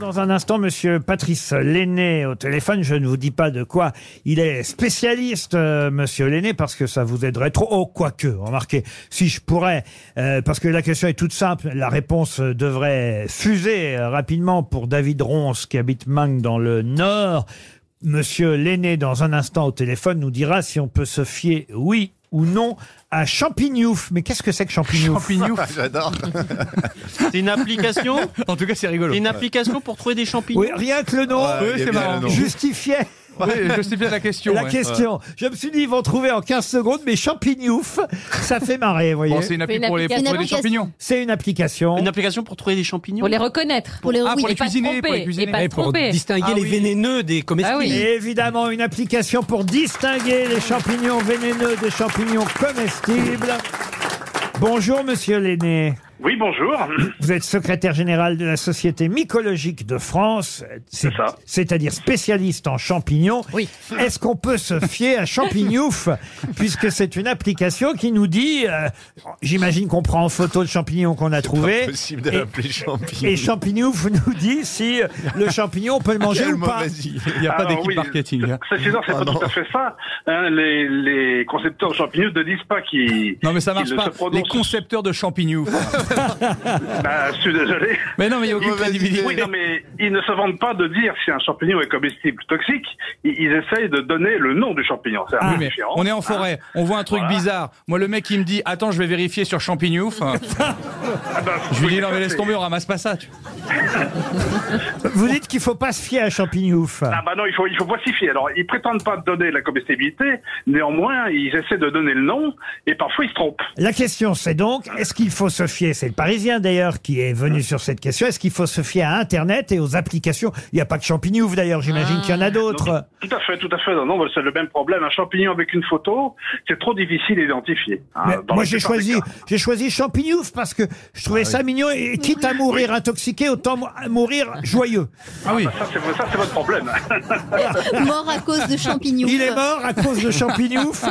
dans un instant Monsieur Patrice Lenné au téléphone. Je ne vous dis pas de quoi il est spécialiste, euh, Monsieur Lenné, parce que ça vous aiderait trop. Oh, quoique, remarquez, si je pourrais, euh, parce que la question est toute simple. La réponse euh, devrait fuser euh, rapidement pour David Ronce, qui habite Mang dans le Nord. Monsieur Lenné, dans un instant au téléphone, nous dira si on peut se fier, oui ou non, à Champignouf. Mais qu'est-ce que c'est que Champignouf Champignons. Ah, J'adore. C'est une application En tout cas, c'est rigolo. C'est une application pour trouver des champignons Oh, Oui, rien que le nom oui, il y a c'est bien marrant. le nom. justifiait Oui, je sais bien la question. La ouais. question. Je me suis dit, ils vont trouver en 15 secondes, mais champignouf, ça fait marrer, vous voyez. Bon, c'est une appli Une pour les application. pour les champignons. c'est une application. Une application pour trouver des champignons Pour les reconnaître. Pour les- Ah, oui, pour et les pas se cuisiner, pour tromper, les cuisiner. et pas Ouais, se pour tromper. distinguer les vénéneux des comestibles. Ah oui. Et évidemment, une application pour distinguer les champignons vénéneux des champignons comestibles. Bonjour, monsieur l'aîné. Oui, bonjour. Vous êtes secrétaire général de la Société mycologique de France. C'est ça. C'est-à-dire spécialiste en champignons. Oui. Est-ce qu'on peut se fier à Champignouf Puisque c'est une application qui nous dit, euh, j'imagine qu'on prend en photo le champignon qu'on a trouvé. Pas possible de Et- l'appeler champignon. Et Champignouf nous dit si le champignon on peut le manger Quelle ou pas. mauvaise idée. Il n'y a pas Alors, d'équipe oui. marketing. hein. C'est sûr, c'est Oh pas non. tout à fait ça. hein. les, les concepteurs de champignons ne disent pas qu'ils. Non mais ça qu'ils marche ne pas. se prononcent. Les concepteurs de champignons. Bah, je suis désolé. mais non, mais il n'y a aucune Mauvaise crédibilité. idée. Oui, non, mais ils ne se vantent pas de dire si un champignon est comestible ou toxique. Ils, ils essayent de donner le nom du champignon. C'est un Ah, Oui, peu mais différent. on est en forêt, on voit un truc Ah, Voilà. bizarre. Moi, le mec, il me dit Attends, je vais vérifier sur champignouf. Ah, bah, Je lui oui, dis Non, mais ça, laisse c'est- tomber, on ramasse pas ça. tu vois. Vous dites qu'il faut pas se fier à Champignouf. Ah bah non, il faut, il faut pacifier. Alors, ils prétendent pas donner la comestibilité, néanmoins, ils essaient de donner le nom, et parfois ils se trompent. La question c'est donc, est-ce qu'il faut se fier, c'est le Parisien d'ailleurs qui est venu sur cette question, est-ce qu'il faut se fier à Internet et aux applications Il n'y a pas que Champignouf d'ailleurs, j'imagine qu'il y en Ah, a d'autres. Tout à fait, tout à fait. Non, non, c'est le même problème. Un champignon avec une photo, c'est trop difficile à identifier. hein, Mais dans moi la j'ai plupart des choisi, cas. Ah j'ai choisi Champignouf parce que je trouvais ça mignon et quitte à mourir intoxiqué, autant mou- mourir joyeux. Ah oui. Ça, c'est ça, c'est votre problème. Mort à cause de champignons. Il est mort à cause de champignouf.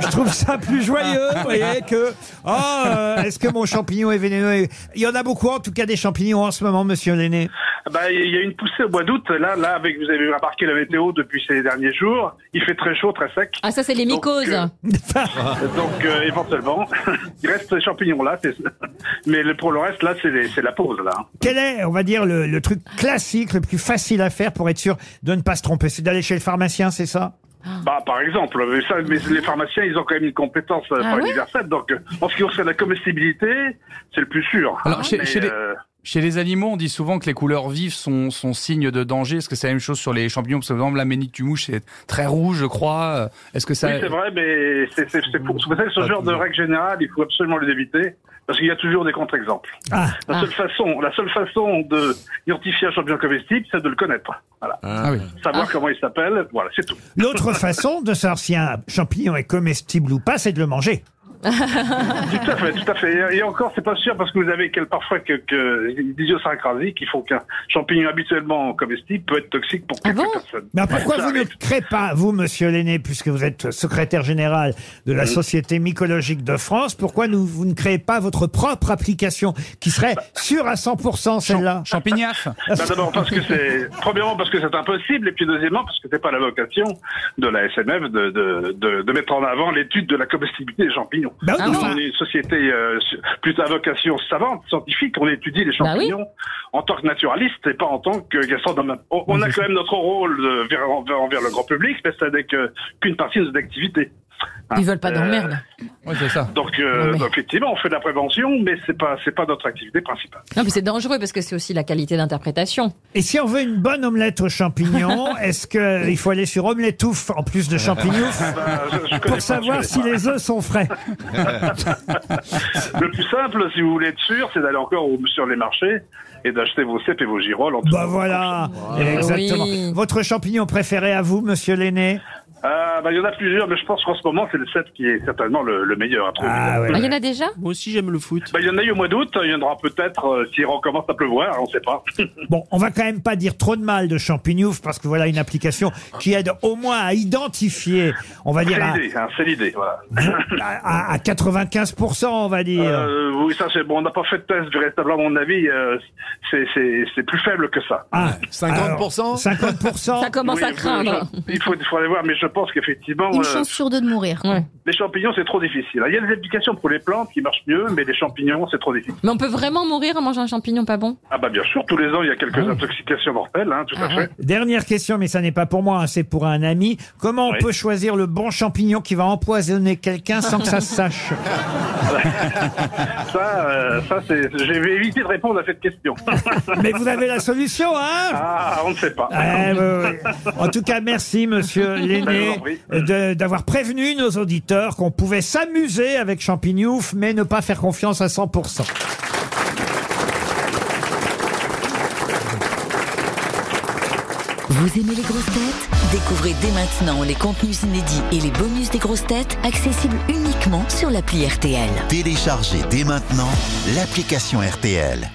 Je trouve ça plus joyeux, vous voyez, que oh, euh, est-ce que mon champignon est vénéneux Il y en a beaucoup, en tout cas, des champignons en ce moment, monsieur l'aîné. Bah, il y a une poussée au mois d'août. Là, là, avec vous avez remarqué la météo depuis ces derniers jours. Il fait très chaud, très sec. Ah, ça, c'est les Donc, mycoses. euh, Donc, euh, éventuellement, il reste ces champignons là. c'est- Mais le- pour le reste, là, c'est les- c'est la pause là. Quel est, on va dire, le, le truc classique, le plus facile à faire pour être sûr de ne pas se tromper C'est d'aller chez le pharmacien, c'est ça Ah. Bah, par exemple, mais ça, mais les pharmaciens, ils ont quand même une compétence euh, Ah pas ouais universelle. Donc, euh, en ce qui concerne la comestibilité, c'est le plus sûr. Alors, Hein, chez- mais, chez les- euh, Chez les animaux, on dit souvent que les couleurs vives sont, sont signes de danger. Est-ce que c'est la même chose sur les champignons Parce que, par exemple, la mouche c'est très rouge, je crois. Est-ce que ça. Ah, Oui, c'est vrai, mais c'est c'est- c'est pour. Vous savez, ce Pas genre de toujours. règles générales, il faut absolument les éviter parce qu'il y a toujours des contre-exemples. Ah. La seule façon, la seule façon de identifier un champion comestible, c'est de le connaître. Voilà, ah oui. savoir comment il s'appelle. Voilà, c'est tout. L'autre façon de savoir si un champignon est comestible ou pas, c'est de le manger. Tout à fait, tout à fait. Et et encore, c'est pas sûr parce que vous avez quel- parfois que, que des idiosyncrasies qui font qu'un champignon habituellement comestible peut être toxique pour quelques bon personnes. Mais alors, pourquoi Ça vous ne arrive. créez pas, vous, monsieur l'aîné, puisque vous êtes secrétaire général de la Société mycologique de France, pourquoi nous, vous ne créez pas votre propre application qui serait sûre à 100% celle-là Champignaf Bah, D'abord parce que c'est premièrement parce que c'est impossible et puis deuxièmement parce que c'est pas la vocation de la SMF de de, de, de mettre en avant l'étude de la comestibilité des champignons. Ben oui, Ah Nous, bon on est une société euh, su- plus à vocation savante, scientifique. On étudie Bah les oui. champignons en tant que naturaliste et pas en tant que gastronome. On, on a quand même notre rôle euh, vers, envers, envers le grand public, mais c'est avec euh, qu'une partie de nos activités. Ils veulent pas Euh, d'emmerde. Oui, c'est ça. Donc, euh, Non, mais- donc, effectivement, on fait de la prévention, mais c'est pas c'est pas notre activité principale. Non, mais c'est dangereux parce que c'est aussi la qualité d'interprétation. Et si on veut une bonne omelette aux champignons, est-ce qu'il faut aller sur Omelettouff en plus de champignons Bah, je- je connais pas, pour je savoir connais si pas. les œufs sont frais Le plus simple, si vous voulez être sûr, c'est d'aller encore au- sur les marchés et d'acheter vos cèpes et vos girolles. En tout Bah cas. voilà, exactement. Oui. Votre champignon préféré à vous, monsieur l'aîné Ah, bah, il y en a plusieurs, mais je pense qu'en ce moment, c'est le 7 qui est certainement le, le meilleur à trouver. Ah, ouais. Ah, Il y en a déjà Moi aussi, j'aime le foot. Bah, il y en a eu au mois d'août, il y en aura peut-être euh, s'il recommence à pleuvoir, hein, on ne sait pas. Bon, on va quand même pas dire trop de mal de Champignouf parce que voilà une application qui aide au moins à identifier, on va C'est dire à, l'idée, hein, c'est l'idée, voilà. à- à 95%, on va dire. Euh, oui, ça c'est bon, on n'a pas fait de test, véritablement, à mon avis, euh, c'est- c'est c'est plus faible que ça. Ah, 50%? alors, 50%. Ça commence Oui, à oui, craindre. je- Il faut, il faut aller voir, mais je pense qu'effectivement, Une euh, chance sur deux de mourir. Ouais. les champignons, c'est trop difficile. Il y a des applications pour les plantes qui marchent mieux, mais les champignons, c'est trop difficile. Mais on peut vraiment mourir en mangeant un champignon pas bon Ah bah bien sûr, tous les ans, il y a quelques intoxications mortelles, hein, tout à Ah, fait. Dernière question, mais ça n'est pas pour moi, hein, c'est pour un ami. Comment on Oui. peut choisir le bon champignon qui va empoisonner quelqu'un sans que ça se sache Ça, euh, ça c'est, j'ai évité de répondre à cette question. Mais vous avez la solution, hein ah, on ne sait pas. Eh, ouais, ouais. En tout cas, merci Monsieur Je Lenné euh, vous en prie. de- d'avoir prévenu nos auditeurs qu'on pouvait s'amuser avec Champignouf, mais ne pas faire confiance à 100%. Vous aimez les grosses têtes Découvrez dès maintenant les contenus inédits et les bonus des grosses têtes accessibles uniquement sur l'appli RTL. Téléchargez dès maintenant l'application RTL.